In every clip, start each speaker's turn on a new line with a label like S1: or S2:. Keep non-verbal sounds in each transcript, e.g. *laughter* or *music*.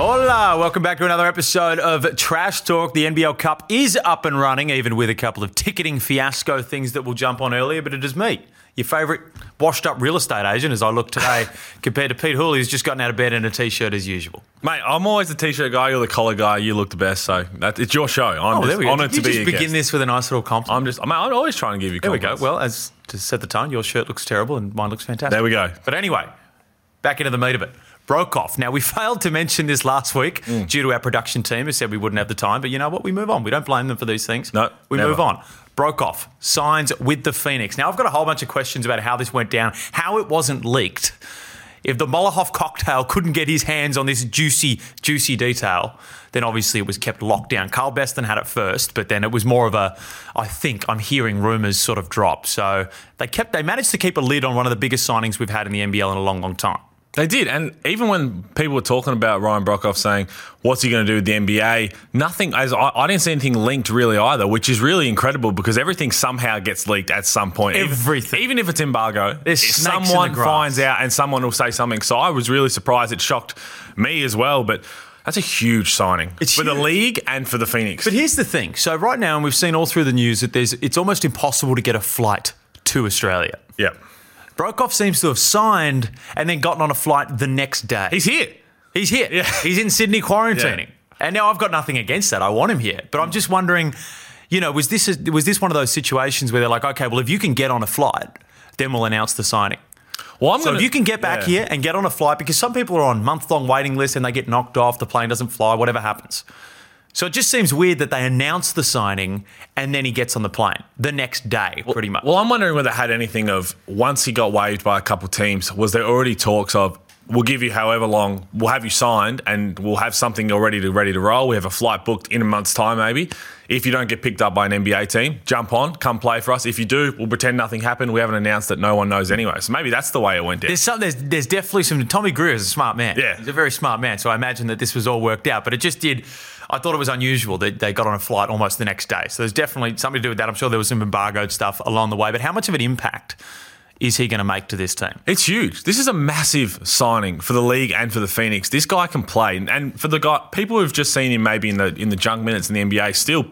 S1: Ah, welcome back to another episode of Trash Talk. The NBL Cup is up and running, even with a couple of ticketing fiasco things that we'll jump on earlier. But it is me, your favourite washed-up real estate agent, as I look today, *laughs* compared to Pete Hooley, who's just gotten out of bed in a t-shirt as usual.
S2: Mate, I'm always the t-shirt guy. You're the collar guy. You look the best. So that, it's your show. I'm
S1: Oh, there
S2: just
S1: we go.
S2: honoured
S1: Did you
S2: to be
S1: just
S2: a
S1: begin
S2: guest.
S1: this with a nice little compliment?
S2: I'm just. I'm, I'm always trying to give you.
S1: There we go.
S2: compliments.
S1: Well, as to set the tone, your shirt looks terrible and mine looks fantastic.
S2: There we go.
S1: But anyway, back into the meat of it. Brokoff. Now, we *laughs* failed to mention this last week
S2: Mm.
S1: due to our production team who said we wouldn't have the time, but you know what? We move on. We don't blame them for these things.
S2: No,
S1: We
S2: never.
S1: move on. Brokoff signs with the Phoenix. Now, I've got a whole bunch of questions about how this went down, how it wasn't leaked. If the Molochov cocktail couldn't get his hands on this juicy, juicy detail, then obviously it was kept locked down. Carl Beston had it first, but then it was more of a, I think I'm hearing rumours sort of drop. So they kept, they managed to keep a lid on one of the biggest signings we've had in the NBL in a long, long time.
S2: They did, and even when people were talking about Ryan Brokoff saying, "What's he going to do with the NBA?" Nothing. As I, I didn't see anything linked really either, which is really incredible because everything somehow gets leaked at some point. Even-
S1: Everything.
S2: even, if it's embargo,
S1: There's
S2: if
S1: snakes in the
S2: someone
S1: grass.
S2: finds out and someone will say something. So I was really surprised. It shocked me as well, but. That's a huge signing
S1: It's
S2: for the
S1: huge.
S2: league and for the Phoenix.
S1: But here's the thing. So right now, and we've seen all through the news that there's, it's almost impossible to get a flight to Australia.
S2: yeah,
S1: Brokoff seems to have signed and then gotten on a flight the next day.
S2: he's here.
S1: He's here. He's in Sydney quarantining.
S2: Yeah.
S1: And now I've got nothing against that. I want him here. But I'm just wondering, you know, was this a, was this one of those situations where they're like, okay, well, if you can get on a flight, then we'll announce the signing.
S2: Well, I'm
S1: So
S2: gonna,
S1: if you can get back
S2: Yeah.
S1: here and get on a flight, because some people are on month long waiting lists and they get knocked off, the plane doesn't fly, whatever happens. So it just seems weird that they announce the signing and then he gets on the plane the next day, pretty much.
S2: Well, I'm wondering whether it had anything of once he got waived by a couple teams, was there already talks of we'll give you however long, we'll have you signed, and we'll have something already to ready to roll. We have a flight booked in a month's time, maybe. If you don't get picked up by an NBA team, jump on, come play for us. If you do, we'll pretend nothing happened. We haven't announced that no one knows anyway. So maybe that's the way it went down.
S1: There's some. There's, there's definitely some. Tommy Greer is a smart man.
S2: Yeah.
S1: he's a very smart man. So I imagine that this was all worked out. But it just did. I thought it was unusual that they got on a flight almost the next day. So there's definitely something to do with that. I'm sure there was some embargoed stuff along the way. But how much of an impact is he going to make to this team?
S2: It's huge. This is a massive signing for the league and for the Phoenix. This guy can play, and for the guy, people who've just seen him maybe in the in the junk minutes in the NBA, still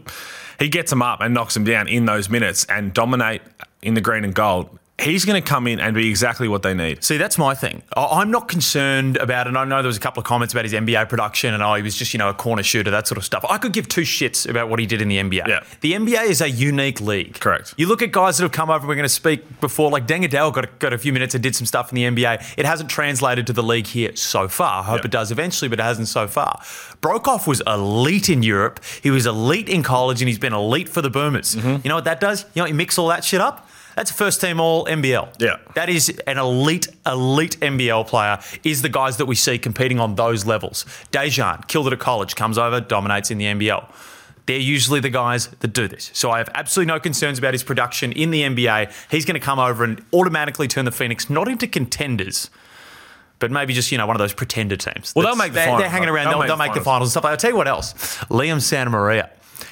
S2: he gets him up and knocks him down in those minutes and dominate in the green and gold. He's going to come in and be exactly what they need.
S1: See, that's my thing. I- I'm not concerned about, and I know there was a couple of comments about his NBA production, and oh, he was just you know a corner shooter, that sort of stuff. I could give two shits about what he did in the NBA.
S2: Yeah.
S1: The NBA is a unique league.
S2: Correct.
S1: You look at guys that have come over. We're going to speak before, like Dangadel got a, got a few minutes and did some stuff in the NBA. It hasn't translated to the league here so far. I hope
S2: Yeah.
S1: it does eventually, but it hasn't so far. Brokoff was elite in Europe. He was elite in college, and he's been elite for the Boomers.
S2: Mm-hmm.
S1: You know what that does? You know, you mix all that shit up. That's first team all NBL.
S2: Yeah.
S1: That is an elite, elite NBL player, is the guys that we see competing on those levels. Dejan, killed it at college, comes over, dominates in the NBL. They're usually the guys that do this. So I have absolutely no concerns about his production in the NBA. He's going to come over and automatically turn the Phoenix not into contenders, but maybe just, you know, one of those pretender teams.
S2: Well, they'll
S1: That's-
S2: make the
S1: they're,
S2: finals,
S1: They're hanging
S2: mate.
S1: around. They'll, they'll make, the finals and stuff. I'll tell you what else. Liam Santa Maria.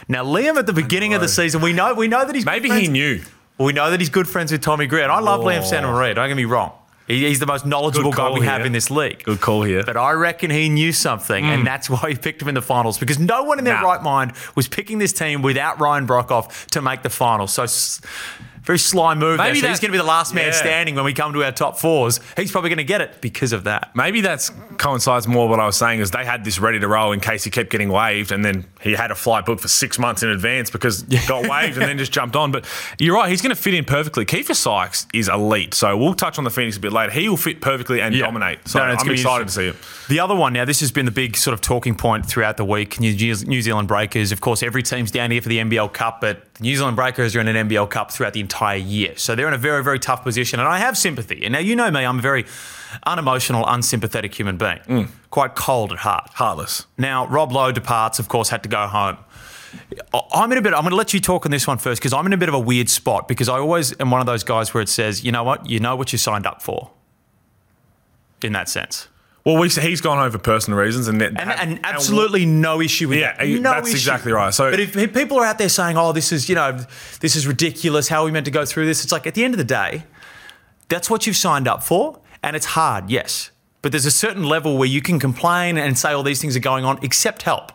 S1: Now, Liam at the beginning of the season, we know we know that he's
S2: Maybe
S1: friends-
S2: he knew.
S1: we know that he's good friends with Tommy Greer, and I love Liam
S2: Oh.
S1: Santamaria. Don't get me wrong; He- he's the most knowledgeable
S2: Good
S1: guy
S2: call
S1: we have
S2: here.
S1: in this league.
S2: Good call here. Hmm.
S1: But I reckon he knew something, and that's why he picked him in the finals because no one in their
S2: Nah.
S1: right mind was picking this team without Ryan Brokoff to make the finals. So. s- Very sly move. there.
S2: Maybe
S1: So he's
S2: that-
S1: going to be the last man
S2: Yeah.
S1: standing when we come to our top fours. He's probably going to get it because of that.
S2: Maybe that's coincides more with what I was saying is they had this ready to roll in case he kept getting waived, and then he had a flight booked for six months in advance because
S1: *laughs*
S2: got waived and then just jumped on. But you're right, he's going to fit in perfectly. Kiefer Sykes is elite, so we'll touch on the Phoenix a bit later. He will fit perfectly and dominate. So
S1: No, no, it's
S2: I'm
S1: gonna be
S2: excited to see him.
S1: The other one now, this has been the big sort of talking point throughout the week. New, Zeal- New Zealand Breakers, of course, every team's down here for the NBL Cup, but the New Zealand Breakers are in an NBL Cup throughout the entire year, so they're in a very, very tough position. And I have sympathy. And now you know me, I'm a very unemotional, unsympathetic human being, quite cold at heart.
S2: Heartless.
S1: Now, Rob Lowe departs, of course, had to go home. I- I'm in a bit. I'm going to let you talk on this one first because I'm in a bit of a weird spot because I always am one of those guys where it says, you know what, you know what you signed up for. In that sense,
S2: Well, we, he's gone home for personal reasons, and then,
S1: and, and absolutely no issue with
S2: Yeah,
S1: that.
S2: he-
S1: No
S2: that's
S1: issue.
S2: exactly right. So-
S1: but if, if people are out there saying, "Oh, this is you know, this is ridiculous. How are we meant to go through this?" It's like at the end of the day, that's what you've signed up for, and it's hard, yes. But there's a certain level where you can complain and say all these things are going on, except help.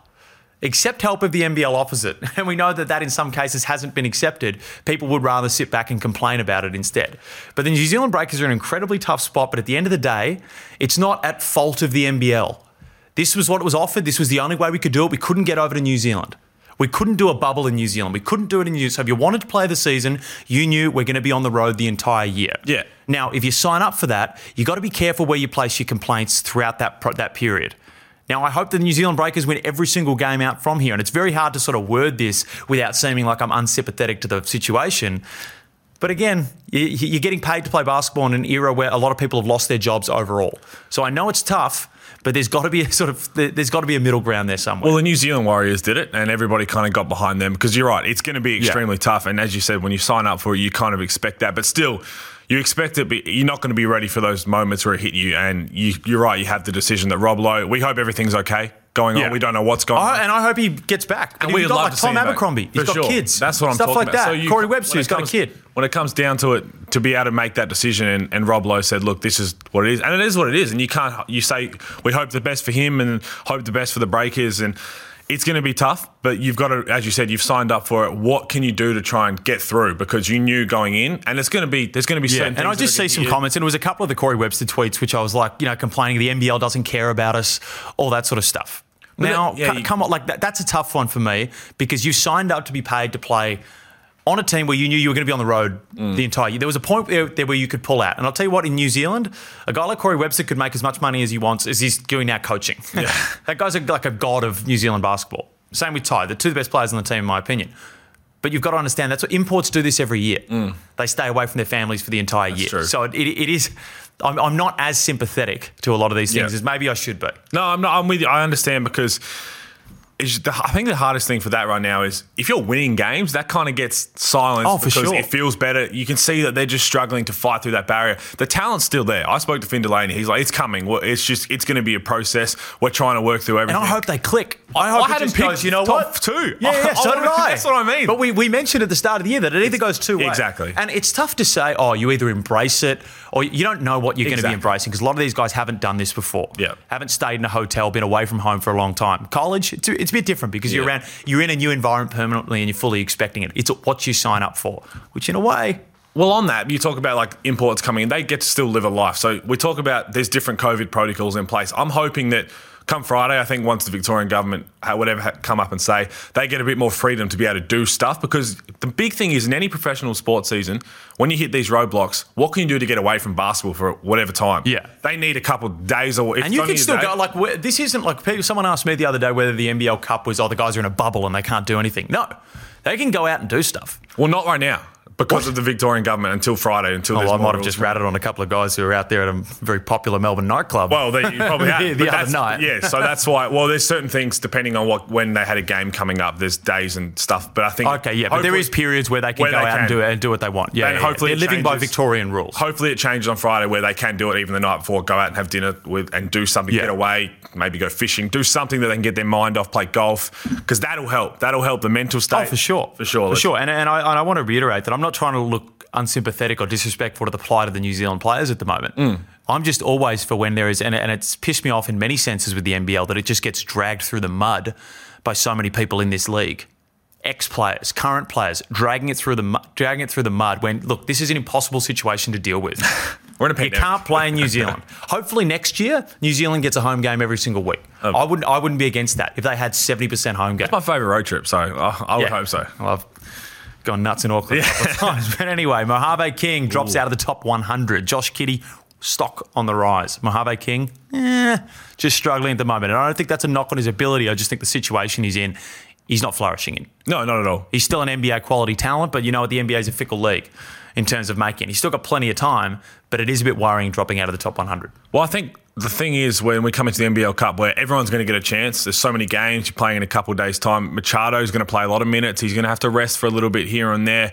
S1: Except help if the NBL offers it. *laughs* And we know that that in some cases hasn't been accepted. People would rather sit back and complain about it instead. But the New Zealand Breakers are in an incredibly tough spot. But at the end of the day, it's not at fault of the NBL. This was what was offered. This was the only way we could do it. We couldn't get over to New Zealand. We couldn't do a bubble in New Zealand. We couldn't do it in New Zealand. So if you wanted to play the season, you knew we're going to be on the road the entire year.
S2: Yeah.
S1: Now, if you sign up for that, you got to be careful where you place your complaints throughout that pro- that period. Now, I hope the New Zealand Breakers win every single game out from here, and it's very hard to sort of word this without seeming like I'm unsympathetic to the situation. But again, you- you're getting paid to play basketball in an era where a lot of people have lost their jobs overall. So I know it's tough, but there's got to be a sort of there- there's got to be a middle ground there somewhere.
S2: Well, the New Zealand Warriors did it, and everybody kind of got behind them because you're right. It's going to be extremely tough, and as you said, when you sign up for it, you kind of expect that, but still. You expect it, but you're not going to be ready for those moments where it hit you. And you, you're right, you have the decision that Rob Lowe, we hope everything's okay going
S1: Yeah.
S2: on. We don't know what's going
S1: I-
S2: on.
S1: and I hope he gets back. And we
S2: we would
S1: got
S2: love
S1: like
S2: to see
S1: Tom
S2: him back.
S1: Abercrombie. He's
S2: For
S1: got
S2: sure.
S1: kids.
S2: That's what I'm
S1: stuff
S2: talking
S1: like
S2: about.
S1: that.
S2: So you-
S1: Corey
S2: when
S1: Webster's
S2: it
S1: got
S2: comes-
S1: a kid.
S2: When it comes down to it, to be able to make that decision, and, and Rob Lowe said, "Look, this is what it is, and it is what it is." And you can't. You say we hope the best for him, and hope the best for the Breakers, and it's going to be tough. But you've got to, as you said, you've signed up for it. What can you do to try and get through? Because you knew going in, and it's going to be there's going to be
S1: Yeah,
S2: certain.
S1: and I
S2: things that
S1: just see
S2: are gonna
S1: some
S2: hit.
S1: comments, and it was a couple of the Corey Webster tweets, which I was like, you know, complaining the NBL doesn't care about us, all that sort of stuff. now,
S2: that- yeah,
S1: co-
S2: you-
S1: come on, like that, that's a tough one for me because you signed up to be paid to play on a team where you knew you were going to be on the road
S2: Mm.
S1: the entire year. There was a point there, there where you could pull out, and I'll tell you what, in New Zealand, a guy like Corey Webster could make as much money as he wants as he's doing now
S2: *laughs*
S1: coaching. that guy's a, like a god of New Zealand basketball. Same with Ty, the two best players on the team, in my opinion. But you've got to understand that's what imports do this every year. They stay away from their families for the entire year.
S2: Mm. true.
S1: So it, it, it is, I'm, I'm not as sympathetic to a lot of these things
S2: Yeah.
S1: as maybe I should be.
S2: No, I'm not. I'm with you. I understand because it's the, I think the hardest thing for that right now is if you're winning games, that kind of gets silenced.
S1: Oh, for
S2: because
S1: sure.
S2: It feels better. You can see that they're just struggling to fight through that barrier. The talent's still there. I spoke to Finn Delaney. He's like, it's coming. Well, it's just, it's going to be a process. We're trying to work through
S1: And
S2: everything.
S1: I hope they click. I hope
S2: I
S1: it
S2: had
S1: just
S2: them
S1: goes,
S2: picked
S1: you know
S2: top
S1: what?
S2: two.
S1: Yeah, yeah,
S2: I
S1: so did
S2: wanted-
S1: I.
S2: that's what I mean.
S1: But we, we mentioned at the start of the year that it either goes two ways.
S2: Exactly.
S1: And it's tough to say, oh, you either embrace it or you don't know what you're going
S2: Exactly.
S1: to be embracing because a lot of these guys haven't done this before.
S2: Yeah.
S1: Haven't stayed in a hotel, been away from home for a long time. College, it's a, it's a bit different because you're
S2: Yeah.
S1: around, you're in a new environment permanently and you're fully expecting it. It's what you sign up for, which in a way,
S2: Well, on that, you talk about like imports coming in, they get to still live a life. So we talk about there's different COVID protocols in place. I'm hoping that come Friday, I think once the Victorian government, ha- whatever, ha- come up and say, they get a bit more freedom to be able to do stuff because the big thing is in any professional sports season, when you hit these roadblocks, what can you do to get away from basketball for whatever time?
S1: Yeah.
S2: They need a couple of days or if
S1: And you
S2: it's only
S1: can
S2: a
S1: still
S2: day-
S1: go like where- this isn't like people, someone asked me the other day whether the NBL Cup was oh the guys are in a bubble and they can't do anything. No, they can go out and do stuff.
S2: Well, not right now because of the Victorian government until Friday, until
S1: Well,
S2: there's
S1: Oh, I
S2: more
S1: might have
S2: rules.
S1: just ratted on a couple of guys who are out there at a very popular Melbourne nightclub.
S2: Well, they, you probably
S1: *laughs*
S2: have.
S1: The
S2: but
S1: other
S2: that's-
S1: night.
S2: Yeah, so that's why. Well, there's certain things depending on what when they had a game coming up. There's days and stuff, but I think
S1: okay, yeah, but there
S2: hopefully-
S1: is periods where they can
S2: where
S1: go
S2: they
S1: out and
S2: can.
S1: do and do what they want. Yeah,
S2: And
S1: yeah, yeah.
S2: hopefully
S1: they're
S2: it
S1: living by
S2: changes.
S1: Victorian rules.
S2: Hopefully, it changes on Friday where they can do it even the night before. Go out and have dinner with and do something,
S1: Yeah.
S2: get away, maybe go fishing, do something that they can get their mind off, play golf, because that'll help. That'll help the mental state.
S1: Oh, for sure.
S2: for sure,
S1: For
S2: That's-
S1: sure. And, and, I, and I want to reiterate that I'm not trying to look unsympathetic or disrespectful to the plight of the New Zealand players at the moment.
S2: Mm.
S1: I'm just always for when there is, and, and it's pissed me off in many senses with the NBL that it just gets dragged through the mud by so many people in this league. Ex players, current players, dragging it through the mu- dragging it through the mud. When look, this is an impossible situation to deal with.
S2: *laughs* We're in a
S1: You
S2: pandemic.
S1: can't play
S2: *laughs*
S1: in New Zealand. Hopefully next year, New Zealand gets a home game every single week. I wouldn't. I wouldn't be against that if they had seventy percent home game.
S2: My favorite road trip, so I, I would
S1: Yeah.
S2: hope so.
S1: Well, I've gone nuts in Auckland a couple of times. But anyway, Mojave King drops out of the top 100. Josh Kitty, stock on the rise. Mojave King, eh, just struggling at the moment. And I don't think that's a knock on his ability. I just think the situation he's in, he's not flourishing in.
S2: No, not at all.
S1: He's still an NBA quality talent, but you know what? The NBA is a fickle league in terms of making. He's still got plenty of time, but it is a bit worrying dropping out of the top 100.
S2: Well, I think the thing is when we come into the NBL Cup, where everyone's going to get a chance. There's so many games you're playing in a couple of days' time. Machado's going to play a lot of minutes. He's going to have to rest for a little bit here and there.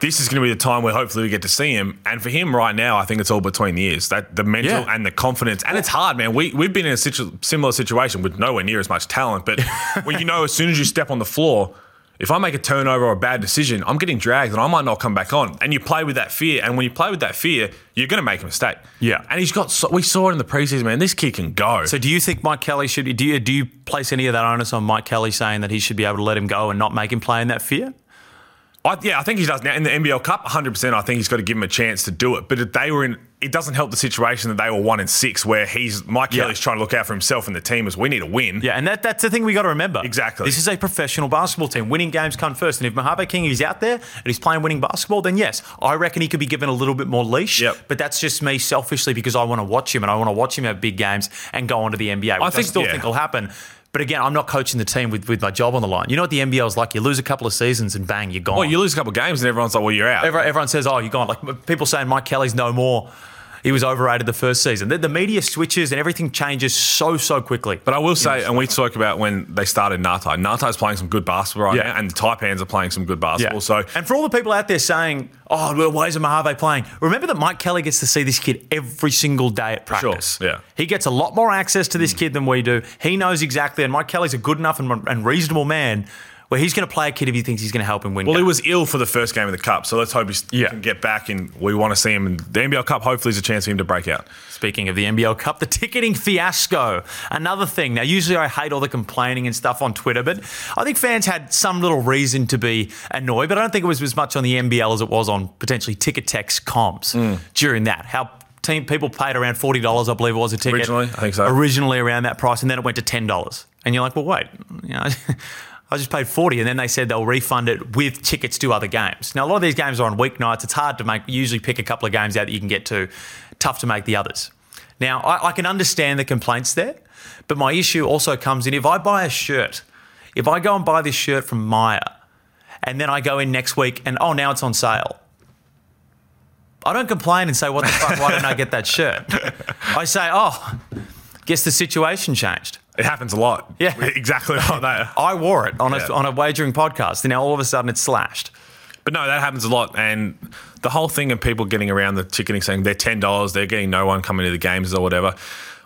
S2: This is going to be the time where hopefully we get to see him. And for him right now, I think it's all between the ears. That the mental
S1: Yeah.
S2: and the confidence, and it's hard, man. We we've been in a
S1: *laughs*
S2: situ- similar situation with nowhere near as much talent, but when you know as soon as you step on the floor. If I make a turnover or a bad decision, I'm getting dragged and I might not come back on. And you play with that fear. And when you play with that fear, you're going to make a mistake.
S1: Yeah.
S2: And he's got, so, we saw it in the preseason, man. This kid can go.
S1: So do you think Mike Kelly should? Do you, do you place any of that onus on Mike Kelly saying that he should be able to let him go and not make him play in that fear?
S2: I, yeah, I think he does now in the NBL Cup. 100. percent I think he's got to give him a chance to do it. But if they were in, it doesn't help the situation that they were one in six, where he's Mike
S1: Yeah.
S2: Kelly's trying to look out for himself and the team is we need to win.
S1: Yeah, and that, that's the thing we got to remember.
S2: Exactly.
S1: This is a professional basketball team. Winning games come first. And if Mojave King is out there and he's playing winning basketball, then yes, I reckon he could be given a little bit more leash.
S2: Yep.
S1: But that's just me selfishly because I want to watch him and I want to watch him have big games and go on to the NBA, which I,
S2: think-
S1: still
S2: yeah.
S1: think will happen. But again, I'm not coaching the team with, with my job on the line. You know what the NBL is like? You lose a couple of seasons and bang, you're gone.
S2: Well, you lose a couple of games and everyone's like, well, you're out.
S1: Everyone, everyone says, "Oh, you're gone." Like people saying, "Mike Kelly's no more." He was overrated the first season. The, the media switches and everything changes so so quickly.
S2: But I will say, and we spoke about when they started Nata. Nata's playing some good basketball right
S1: Yeah.
S2: now, and the Taipans are playing some good basketball. So
S1: and for all the people out there saying, "Oh, well, why isn't Mojave playing?" Remember that Mike Kelly gets to see this kid every single day at
S2: sure,
S1: practice.
S2: yeah. Mm.
S1: he gets a lot more access to this kid than we do. He knows exactly, and Mike Kelly's a good enough and, and reasonable man where he's going to play a kid if he thinks he's going to help him win.
S2: Well, he
S1: games.
S2: was ill for the first game of the cup, so let's hope he
S1: Yeah.
S2: can get back. And we want to see him in the NBL Cup. Hopefully, there's a chance for him to break out.
S1: Speaking of the NBL Cup, the ticketing fiasco. Another thing. Now, usually I hate all the complaining and stuff on Twitter, but I think fans had some little reason to be annoyed, but I don't think it was as much on the NBL as it was on potentially Ticketex comps
S2: Hmm.
S1: during that. How team people paid around $40, I believe it was a ticket.
S2: Originally, I think so.
S1: Originally around that price, and then it went to $10. And you're like, well, wait, you know. *laughs* I just paid 40 and then they said they'll refund it with tickets to other games. Now, a lot of these games are on weeknights. It's hard to make, you usually pick a couple of games out that you can get to. Tough to make the others. Now, I, I can understand the complaints there, but my issue also comes in if I buy a shirt, if I go and buy this shirt from Maya and then I go in next week and oh, now it's on sale. I don't complain and say, what the fuck, why didn't I get that shirt? I say, oh, guess the situation changed.
S2: It happens a lot.
S1: Yeah.
S2: *laughs* exactly like that.
S1: I wore it on a
S2: Yeah.
S1: on a wagering podcast, and now all of a sudden it's slashed.
S2: But no, that happens a lot. And the whole thing of people getting around the ticketing saying they're ten dollars, they're getting no one coming to the games or whatever.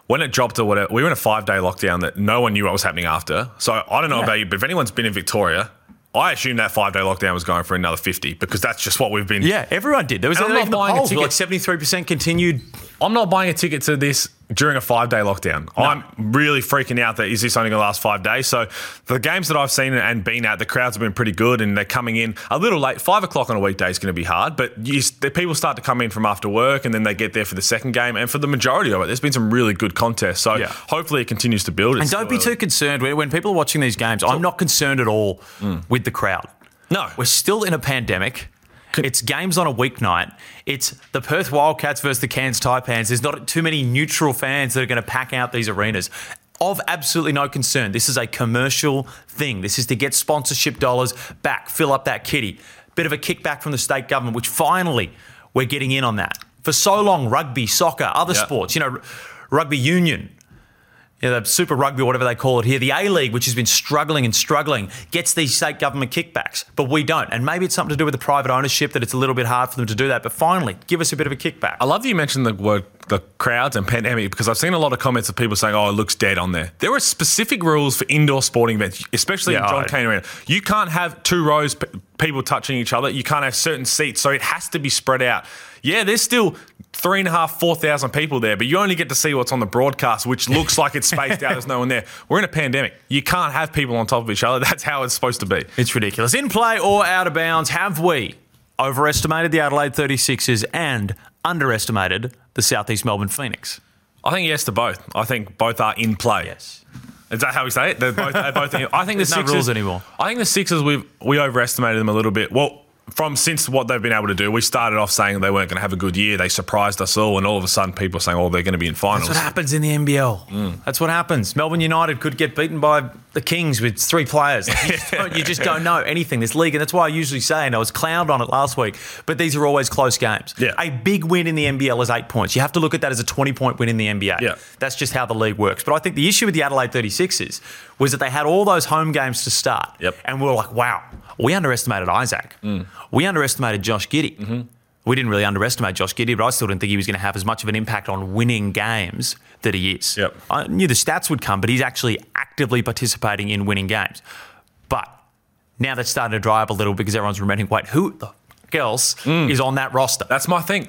S2: When it dropped or whatever, we were in a five day lockdown that no one knew what was happening after. So I don't know about you, but if anyone's been in Victoria, I assume that five day lockdown was going for another fifty because that's just what we've been.
S1: Yeah, everyone did. There was
S2: And I'm
S1: even
S2: not
S1: the
S2: buying a
S1: polls were
S2: ticket.
S1: like seventy three percent continued.
S2: I'm not buying a ticket to this during a five day lockdown. I'm really freaking out that is this only going to last five days? So the games that I've seen and been at, the crowds have been pretty good and they're coming in a little late. Five o'clock on a weekday is going to be hard, but you, the people start to come in from after work and then they get there for the second game. And for the majority of it, there's been some really good contests. So
S1: Yeah.
S2: hopefully it continues to build.
S1: And don't be too concerned when, when people are watching these games. I'm not concerned at all with the crowd.
S2: No.
S1: We're still in a pandemic. It's games on a weeknight. It's the Perth Wildcats versus the Cairns Taipans. There's not too many neutral fans that are going to pack out these arenas. Of absolutely no concern. This is a commercial thing. This is to get sponsorship dollars back, fill up that kitty. Bit of a kickback from the state government, which finally we're getting in on that. For so long, rugby, soccer, other
S2: Yeah.
S1: sports, you know, r- rugby union, you know, the Super Rugby, whatever they call it here, the A League, which has been struggling and struggling, gets these state government kickbacks, but we don't. And maybe it's something to do with the private ownership that it's a little bit hard for them to do that. But finally, give us a bit of a kickback.
S2: I love that you mentioned the word the crowds and pandemic because I've seen a lot of comments of people saying, "Oh, it looks dead on there." There are specific rules for indoor sporting events, especially
S1: Yeah,
S2: in John
S1: I-
S2: Cain Arena. You can't have two rows p- people touching each other. You can't have certain seats, so it has to be spread out. Yeah, there's still three and a half, four thousand people there, but you only get to see what's on the broadcast, which looks like it's spaced out. There's no one there. We're in a pandemic. You can't have people on top of each other. *laughs* That's how it's supposed to be.
S1: It's ridiculous. In play or out of bounds, have we overestimated the Adelaide 36ers and underestimated the Southeast Melbourne Phoenix?
S2: I think yes to both. I think both are in play.
S1: Yes.
S2: Is that how we say it? They're both. They're both I think the
S1: There's no
S2: Sixers
S1: rules anymore.
S2: I think the Sixers we we overestimated them a little bit. Well, from since what they've been able to do, we started off saying they weren't going to have a good year. They surprised us all, and all of a sudden, people are saying, "Oh, they're going to be in finals." Mm.
S1: That's what happens in the NBL. That's what happens. Melbourne United could get beaten by the Kings with three players. You
S2: *laughs*
S1: just don't, you just don't know anything this league, and that's why I usually say, and I was clowned on it last week. But these are always close games.
S2: Yeah.
S1: A big win in the NBL is eight points. You have to look at that as a twenty-point win in the NBA.
S2: Yeah.
S1: That's just how the league works. But I think the issue with the Adelaide 36ers was that they had all those home games to start,
S2: Yep. Mm.
S1: and we were like, wow, we underestimated Isaac. We underestimated Josh Giddy.
S2: Mm-hmm.
S1: We didn't really underestimate Josh Giddy, but I still didn't think he was going to have as much of an impact on winning games that he is.
S2: Yep.
S1: I knew the stats would come, but he's actually actively participating in winning games. But Now that's starting to dry up a little because everyone's remembering, wait, who the fuck else is on that roster?
S2: That's my thing.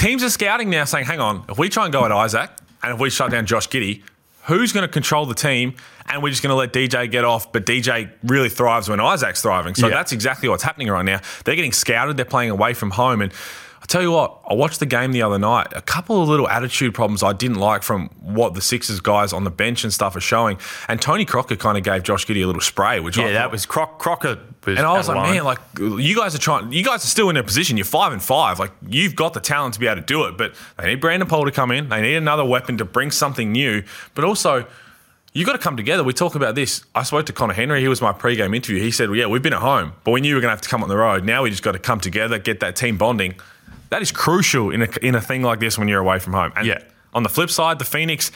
S2: Teams are scouting now saying, hang on, if we try and go at Isaac and if we shut down Josh Giddy, who's going to control the team? And we're just going to let DJ get off. But DJ really thrives when Isaac's thriving. So
S1: Yeah.
S2: that's exactly what's happening right now. They're getting scouted, they're playing away from home. And I tell you what, I watched the game the other night. A couple of little attitude problems I didn't like from what the Sixers guys on the bench and stuff are showing. And Tony Crocker kind of gave Josh Giddy a little spray, which I
S1: yeah,
S2: thought-
S1: that was Croc- Crocker. Was
S2: and I was
S1: out of
S2: like,
S1: line.
S2: man, like you guys are trying, you guys are still in a position. You're five and five. Like you've got the talent to be able to do it, but they need Brandon Paul to come in. They need another weapon to bring something new. But also, you got to come together. We talk about this. I spoke to Connor Henry. He was my pregame interview. He said, well, yeah, we've been at home, but we knew we were going to have to come on the road. Now we just got to come together, get that team bonding. That is crucial in a, in a thing like this when you're away from home. And
S1: Yeah.
S2: on the flip side, the Phoenix,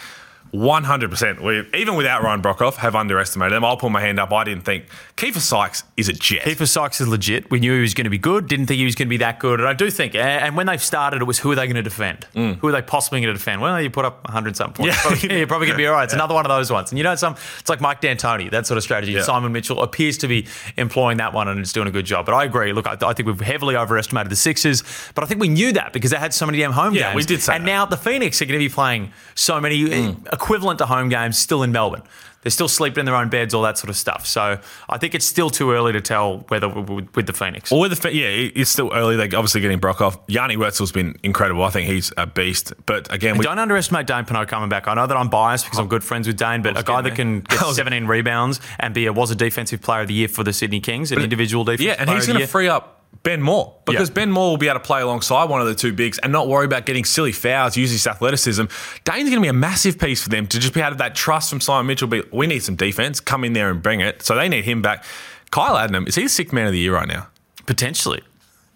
S2: 100%. We, even without Ryan Brokoff, have underestimated them. I'll put my hand up. I didn't think Kiefer Sykes is a jet.
S1: Kiefer Sykes is legit. We knew he was going to be good. Didn't think he was going to be that good. And I do think, and when they've started, it was who are they going to defend? Who are they possibly going to defend? Well, you put up 100 something points.
S2: Mm. Yeah.
S1: Probably- you're probably going to be all right. It's another one of those ones. And you know, some it's like Mike D'Antoni, that sort of strategy.
S2: Yeah.
S1: Simon Mitchell appears to be employing that one and it's doing a good job. But I agree. Look, I, I think we've heavily overestimated the Sixers, but I think we knew that because they had so many damn home
S2: Yeah,
S1: games.
S2: we did say
S1: And
S2: that. Hmm.
S1: now the Phoenix are going to be playing so many eh, equivalent to home games still in Melbourne. They're still sleeping in their own beds, all that sort of stuff. So I think it's still too early to tell whether w- w- with the Phoenix.
S2: Or the fa- yeah, it- it's still early. They're obviously getting Brokoff. Yanni Wurzel's been incredible. I think he's a beast. But again, we,
S1: Don't underestimate Dane Pinot coming back. I know that I'm biased because I'm good friends with Dane, but a guy that
S2: getting there. *laughs*
S1: can get
S2: I was-
S1: 17 rebounds and be a, was a defensive player of the year for the Sydney Kings, an individual defensive
S2: yeah, and
S1: player
S2: he's
S1: of the
S2: going
S1: year.
S2: to free up Ben Moore because
S1: Yeah.
S2: Ben Moore will be able to play alongside one of the two bigs and not worry about getting silly fouls, use his athleticism. Dane's going to be a massive piece for them to just be out of that trust from Simon Mitchell. Be we need some defense. Come in there and bring it. So they need him back. Kyle Adnam is he the sixth man of the year right now?
S1: Potentially.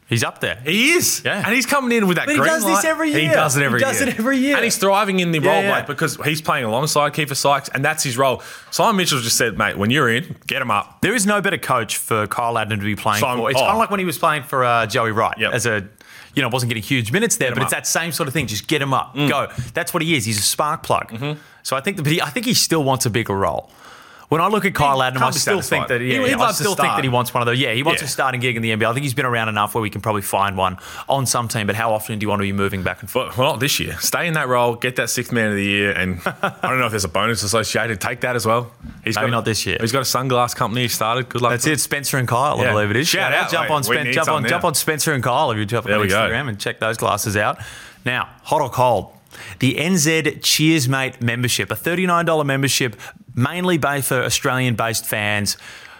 S1: He's up there.
S2: He is.
S1: Yeah.
S2: And he's coming in with that
S1: But he
S2: green
S1: does this
S2: light.
S1: every
S2: He
S1: year.
S2: does it
S1: He
S2: every year.
S1: does it every year.
S2: And he's thriving in the role,
S1: yeah.
S2: mate, because he's playing alongside Kiefer Sykes, and that's his role. Simon Mitchell just said, mate, when you're in, get him up.
S1: There is no better coach for Kyle Adnan to be playing
S2: Simon-
S1: for. It's
S2: oh.
S1: kind of like when he was playing for uh, Joey Wright
S2: Yep.
S1: as a, you know, wasn't getting huge minutes there, but
S2: him
S1: it's
S2: up. Mm.
S1: that same sort of thing. Just get him up, go. That's what he is. He's a spark plug.
S2: Mm-hmm.
S1: So I think, the, but he, I think he still wants a bigger role. When I look at Kyle Adnan,
S2: can't
S1: I
S2: be
S1: still think
S2: satisfied.
S1: that yeah,
S2: He- he'd
S1: yeah, I
S2: love to
S1: still think
S2: start.
S1: that he wants one of those. Yeah, he wants a
S2: Yeah.
S1: starting gig in the NBA. I think he's been around enough where we can probably find one on some team. But how often do you want to be moving back and forth?
S2: But well, not this year. Stay in that role, get that sixth man of the year, and *laughs* I don't know if there's a bonus associated. Take that as well. He's
S1: Maybe
S2: got,
S1: not this year.
S2: He's got a sunglass company he started. Good luck.
S1: That's
S2: to him.
S1: it, Spencer and Kyle. I
S2: Yeah.
S1: believe it is.
S2: Shout out,
S1: Jump
S2: mate.
S1: on,
S2: We
S1: Spen-
S2: need
S1: jump on,
S2: some
S1: jump
S2: now.
S1: on Spencer and Kyle if you jump
S2: There
S1: on
S2: we go.
S1: Instagram and check those glasses out. Now, hot or cold? The NZ Cheersmate membership, a $39 membership, mainly ba- for Australian-based fans.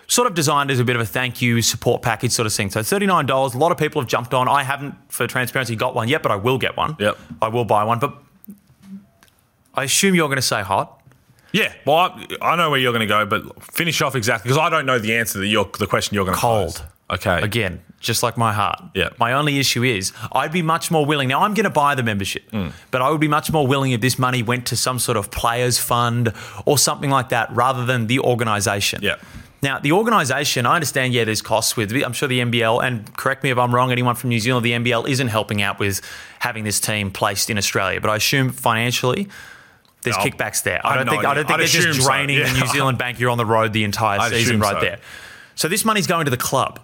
S1: Sort of designed as a bit of a thank you support package sort of thing. So $39, a lot of people have jumped on. I haven't, for transparency, got one yet, but I will get one.
S2: Yep.
S1: I will buy one. But I assume you're going to say hot.
S2: Yeah. Well, I, I know where you're going to go, but finish off exactly because I don't know the answer to your, the question you're going to
S1: Cold.
S2: Okay.
S1: again, just like my heart.
S2: Yeah.
S1: My only issue is I'd be much more willing. Now I'm going to buy the membership,
S2: Mm.
S1: but I would be much more willing if this money went to some sort of players fund or something like that rather than the organisation.
S2: Yeah.
S1: Now the organisation, I understand. Yeah, there's costs with. I'm sure the NBL, and correct me if I'm wrong. Anyone from New Zealand, the NBL isn't helping out with having this team placed in Australia, but I assume financially. There's
S2: No,
S1: kickbacks there.
S2: Oh, I
S1: I don't
S2: have no
S1: think. I
S2: idea.
S1: don't think
S2: I'd
S1: they're just
S2: assume so.
S1: draining the
S2: Yeah.
S1: New Zealand bank. You're on the road the entire
S2: *laughs* I'd
S1: season,
S2: assume
S1: right
S2: so.
S1: there. So this money's going to the club.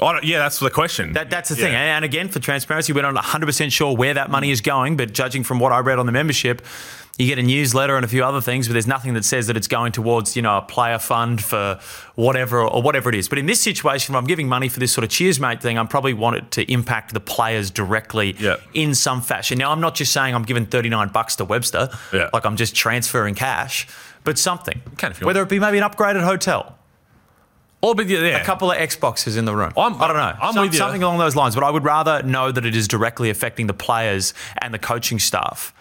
S2: I don't, yeah, that's the question.
S1: That, that's the thing.
S2: Yeah.
S1: And and again, for transparency, we're not 100% sure where that money is going, but judging from what I read on the membership, you get a newsletter and a few other things, but there's nothing that says that it's going towards, you know, a player fund for whatever or whatever it is. But in this situation, if I'm giving money for this sort of cheers mate thing, I'm probably want it to impact the players directly
S2: Yeah.
S1: in some fashion. Now, I'm not just saying I'm giving 39 bucks to Webster,
S2: Yeah.
S1: like I'm just transferring cash, but something.
S2: can if you want.
S1: Whether it be maybe an upgraded hotel,
S2: Or but yeah, yeah.
S1: a couple of Xboxes in the room.
S2: I'm-
S1: I do not know.
S2: I'm
S1: Some-
S2: with you.
S1: Something along those lines. But I would rather know that it is directly affecting the players and the coaching staff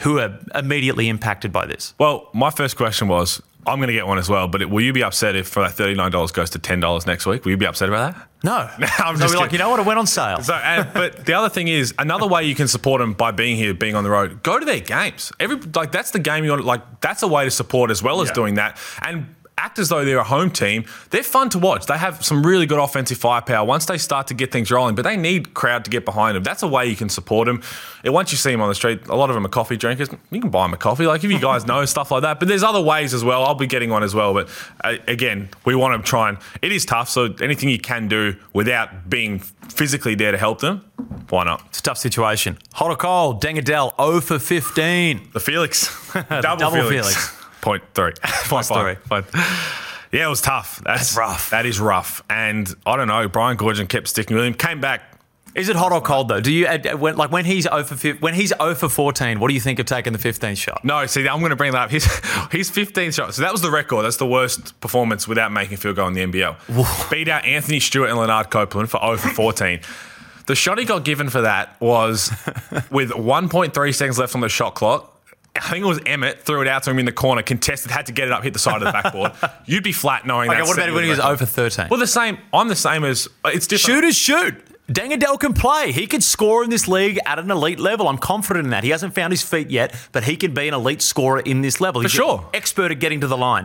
S1: who are immediately impacted by this.
S2: Well, my first question was, I'm going to get one as well, but it, will you be upset if for that $39 goes to $10 next week? Will you be upset about that?
S1: *laughs* No.
S2: No, I'm
S1: So
S2: just
S1: we're like,
S2: kidding.
S1: you know what? It went on sale.
S2: So, and, but the other thing is, another way you can support them by being here, being on the road, go to their games. Every like that's the game you want. Like that's a way to support as well as
S1: Yeah.
S2: doing that. And act as though they're a home team. They're fun to watch. They have some really good offensive firepower once they start to get things rolling, but they need crowd to get behind them. That's a way you can support them. And once you see them on the street, a lot of them are coffee drinkers. You can buy them a coffee, like if you *laughs* guys know stuff like that. But there's other ways as well. I'll be getting on as well. But uh, again, we want to try and it is tough. So anything you can do without being physically there to help them, why not?
S1: It's a tough situation. Hot or cold, Dengadel, 0 for 15.
S2: The *laughs* Felix. Double,
S1: Double
S2: Felix.
S1: Felix.
S2: *laughs* Point three. Point
S1: three.
S2: five. Point- Yeah, it was tough. That's,
S1: rough.
S2: That is rough. And I don't know, Brian Gorgon kept sticking with him. Came back.
S1: Is it hot or cold though? Do you uh, uh, when, like when he's 0 for 15, when he's 0 for 14? What do you think of taking the 15th shot?
S2: No, see, I'm going to bring that up. *laughs* His, his 15 shots. So that was the record. That's the worst performance without making a field goal in the NBL. Beat out Anthony Stewart and Leonard Copeland for 0
S1: *laughs*
S2: for 14. The shot he got given for that was with 1.3 seconds left on the shot clock. I think it was Emmett threw it out to him in the corner, contested, had to get it up, hit the side of
S1: *laughs*
S2: the backboard. You'd be flat knowing
S1: Okay,
S2: that.
S1: what about when he was 0 for 13?
S2: Well, the same. I'm the same as it's different.
S1: Shooters shoot. Dangadel can play. He could score in this league at an elite level. I'm confident in that. He hasn't found his feet yet, but he can be an elite scorer in this level. He's an
S2: sure.
S1: expert at getting to the line.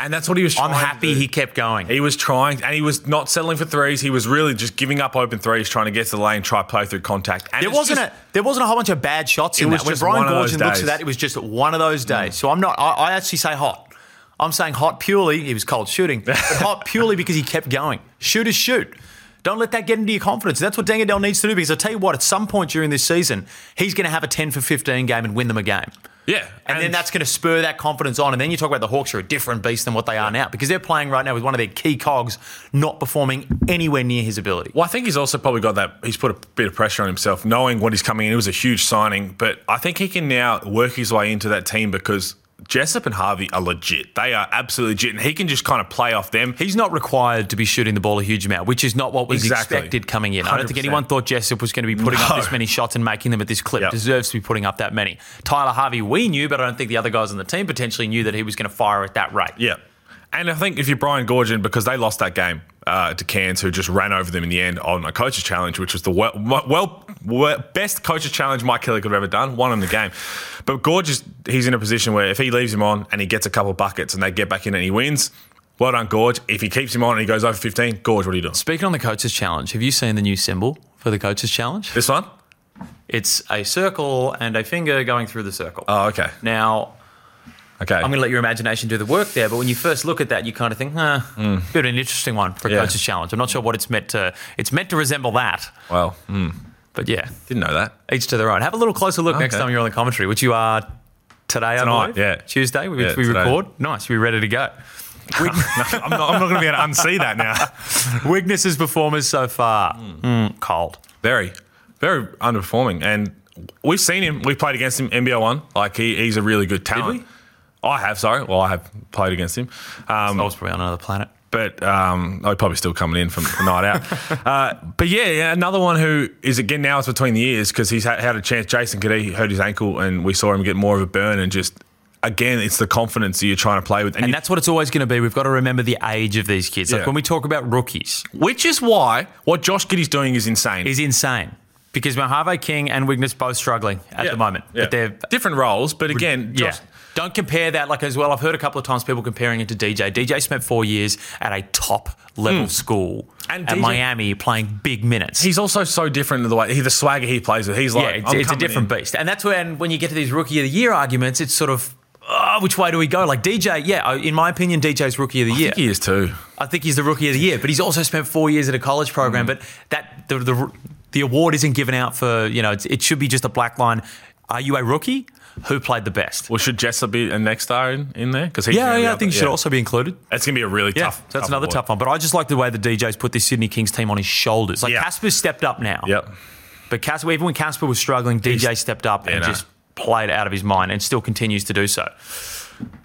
S2: and that's what he was. Trying
S1: I'm happy he kept going.
S2: He was trying, and he was not settling for threes. He was really just giving up open threes, trying to get to the lane, try play through contact. And
S1: There
S2: it's
S1: wasn't
S2: just-
S1: a there wasn't a whole bunch of bad shots in
S2: was
S1: that. When
S2: just
S1: Brian
S2: one of those
S1: Gorgon looks
S2: days.
S1: at that, it was just one of those days. So I'm not. I, I actually say hot. I'm saying hot purely. He was cold
S2: *laughs*
S1: shooting, but hot purely because he kept going. Shooters shoot. Don't let that get into your confidence. That's what Dangadel needs to do. Because I tell you what, at some point during this season, he's going to have a 10 for 15 game and win them a game.
S2: yeah,
S1: And, then that's going to spur that confidence on. And then you talk about the Hawks are a different beast than what they are now because they're playing right now with one of their key cogs not performing anywhere near his ability.
S2: Well, I think he's also probably got that. He's put a bit of pressure on himself, knowing what he's coming in. It was a huge signing, but I think he can now work his way into that team because Jessup and Harvey are legit. They are absolutely legit, and he can just kind of play off them.
S1: He's not required to be shooting the ball a huge amount, which is not what was
S2: Exactly.
S1: expected coming in. I don't think
S2: 100%.
S1: anyone thought Jessup was going to be putting
S2: No.
S1: up this many shots and making them at this clip.
S2: Yep.
S1: Deserves to be putting up that many. Tyler Harvey, we knew, but I don't think the other guys on the team potentially knew that he was going to fire at that rate.
S2: Yeah. And I think if you're Brian Gorgon, because they lost that game uh, to Cairns, who just ran over them in the end on a coach's challenge, which was the well, well, well best coach's challenge Mike Kelly could have ever done, won in the game. But Gorgeous, he's in a position where if he leaves him on and he gets a couple buckets and they get back in and he wins, well done, Gorge. If he keeps him on and he goes over 15, Gorge, what are you doing?
S1: Speaking on the coaches challenge, have you seen the new symbol for the coaches challenge?
S2: This one?
S1: It's a circle and a finger going through the circle.
S2: Oh, okay.
S1: now,
S2: Okay.
S1: I'm going to let your imagination do the work there. But when you first look at that, you kind of think, huh, bit of an interesting one for a
S2: Mm. Yeah.
S1: coach's challenge. I'm not sure what it's meant to. It's meant to resemble that,
S2: well, mm,
S1: but yeah,
S2: didn't know that.
S1: each to their own. Have a little closer look next
S2: Okay.
S1: time you're on the commentary, which you are today, I
S2: Tonight,
S1: believe.
S2: yeah.
S1: Tuesday, which
S2: Yeah,
S1: we
S2: today.
S1: record. Nice, we're ready to
S2: *laughs*
S1: go.
S2: *laughs* I'm not, I'm not going to be able to unsee that now.
S1: Wignesses performers so far,
S2: Hmm.
S1: Mm, cold.
S2: Very, very underperforming. And we've seen him. We played against him NBL one. Like he, he's a really good talent.
S1: we?
S2: I have. Sorry. Well, I have played against him. Um,
S1: I was probably on another planet.
S2: but um, I'm probably still coming in from the night *laughs* out. uh, but yeah, yeah, another one who is again now it's between the ears because he's had, had a chance. Jason Kadee hurt his ankle, and we saw him get more of a burn and just. Again, it's the confidence that you're trying to play with, and,
S1: And
S2: you-
S1: that's what it's always going to be. We've got to remember the age of these kids. Like
S2: Yeah.
S1: when we talk about rookies,
S2: which is why what Josh Giddy's doing is insane.
S1: is insane because Mojave King and Wigness both struggling at
S2: Yeah,
S1: the moment.
S2: yeah.
S1: But they're
S2: different roles, but again,
S1: Yeah.
S2: Josh,
S1: Don't compare that like as well. I've heard a couple of times people comparing it to DJ. DJ spent four years at a top level school
S2: Hmm. And
S1: at
S2: DJ
S1: Miami playing big minutes.
S2: He's also so different in the way he, the swagger he plays with. He's like,
S1: yeah, it's,
S2: I'm
S1: it's a
S2: coming
S1: different
S2: in.
S1: beast. And that's when when you get to these rookie of the year arguments, it's sort of oh, which way do we go? Like DJ, yeah, I- in my opinion, DJ's rookie of the year.
S2: I think he is too.
S1: I think he's the rookie of the year, but he's also spent four years at a college program.
S2: Mm-hmm.
S1: But that the, the the award isn't given out for you know it's, it should be just a black line. Are you a rookie? Who played the best?
S2: Well, should Jessup be a next star in, in there? Because
S1: Yeah, yeah, I think should also be included.
S2: That's gonna be a really
S1: Yeah,
S2: tough.
S1: so that's another
S2: award.
S1: tough one. But I just like the way the DJ's put this Sydney Kings team on his shoulders. Like
S2: Yeah.
S1: Casper's stepped up now.
S2: Yep.
S1: But Casper, even when Casper was struggling, DJ stepped up and
S2: no.
S1: just played out of his mind and still continues to do so.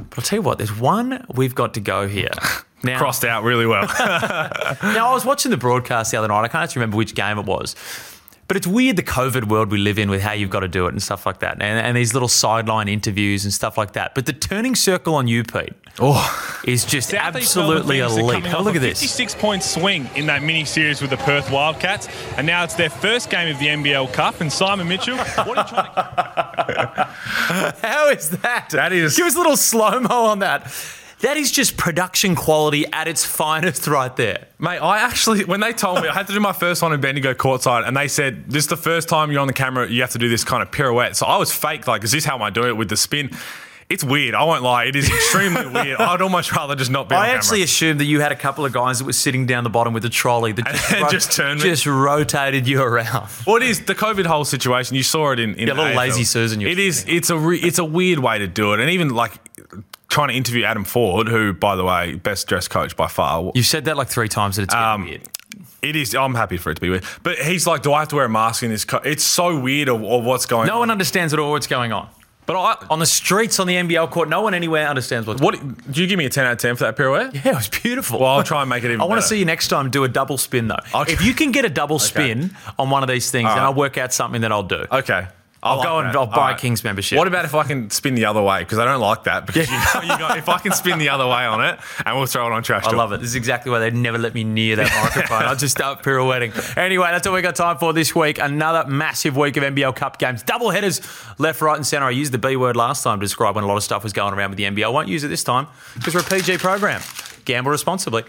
S1: But I'll tell you what, there's one we've got to go here. Now,
S2: Crossed out
S3: *laughs*
S2: really well.
S1: now, I was watching the broadcast the other night. I can't actually remember which game it was. But it's weird the COVID world we live in with how you've got to do it and stuff like that. And, and these little sideline interviews and stuff like that. But the turning circle on you, Pete,
S2: oh,
S1: is just
S3: Southeast
S1: absolutely
S3: Melbourne Phoenix are
S1: elite.
S3: coming
S1: Have a
S3: off
S1: look at this.
S3: 56 point swing in that mini series with the Perth Wildcats, and now it's their first game of the NBL Cup. And Simon Mitchell, what are you trying to
S1: How is that?
S2: That is-
S1: Give us a little slow mo on that. That is just production quality at its finest right there.
S2: Mate, I actually, when they told me, I had to do my first one in Bendigo courtside, and they said, This is the first time you're on the camera, you have to do this kind of pirouette. So I was fake, like, Is this how I do it with the spin? It's weird. I won't lie. It is
S1: *laughs*
S2: extremely weird. I'd almost rather just not be on
S1: I
S2: camera.
S1: actually assumed that you had a couple of guys that were sitting down the bottom with a trolley that just,
S2: *laughs* And just turned me.
S1: just rotated you around.
S2: Well, it is the COVID whole situation. You saw it in, in
S1: Yeah, a little
S2: AFL.
S1: lazy Susan you were
S2: It is. It's a re, it's a weird way to do it, and even like trying to interview Adam Ford, who, by the way, best dressed coach by far.
S1: You've said that like three times that it's getting
S2: Um,
S1: weird.
S2: It is. I'm happy for it to be weird, but he's like, do I have to wear a mask in this? Co-? It's so weird of, of what's going.
S1: No
S2: on.
S1: one understands at all what's going on.
S2: But I,
S1: On the streets, on the NBL court, no one anywhere understands what's
S2: what? Do you give me a ten out of ten for that
S1: *laughs*
S2: pirouette?
S1: Yeah, it was beautiful.
S2: Well, I'll try and make it even.
S1: I want to
S2: better.
S1: see you next time do a double spin though.
S2: Okay.
S1: If you can get a double spin on one of these things, then
S2: right.
S1: I'll work out something that I'll do.
S2: Okay.
S1: I'll
S2: like
S1: go and
S2: that.
S1: I'll buy
S2: Alright.
S1: King's membership.
S2: What about if I can spin the other way? Because I don't like that. Because
S1: *laughs*
S2: you know, you got, if I can spin the other way on it, and we'll throw it on trash.
S1: I love it. This is exactly why they never let me near that microphone. I'll just start pirouetting. Anyway, that's all we got time for this week. Another massive week of NBL Cup games. Double headers left, right, and centre. I used the B word last time to describe when a lot of stuff was going around with the NBL. I won't use it this time because we're a PG program. Gamble responsibly.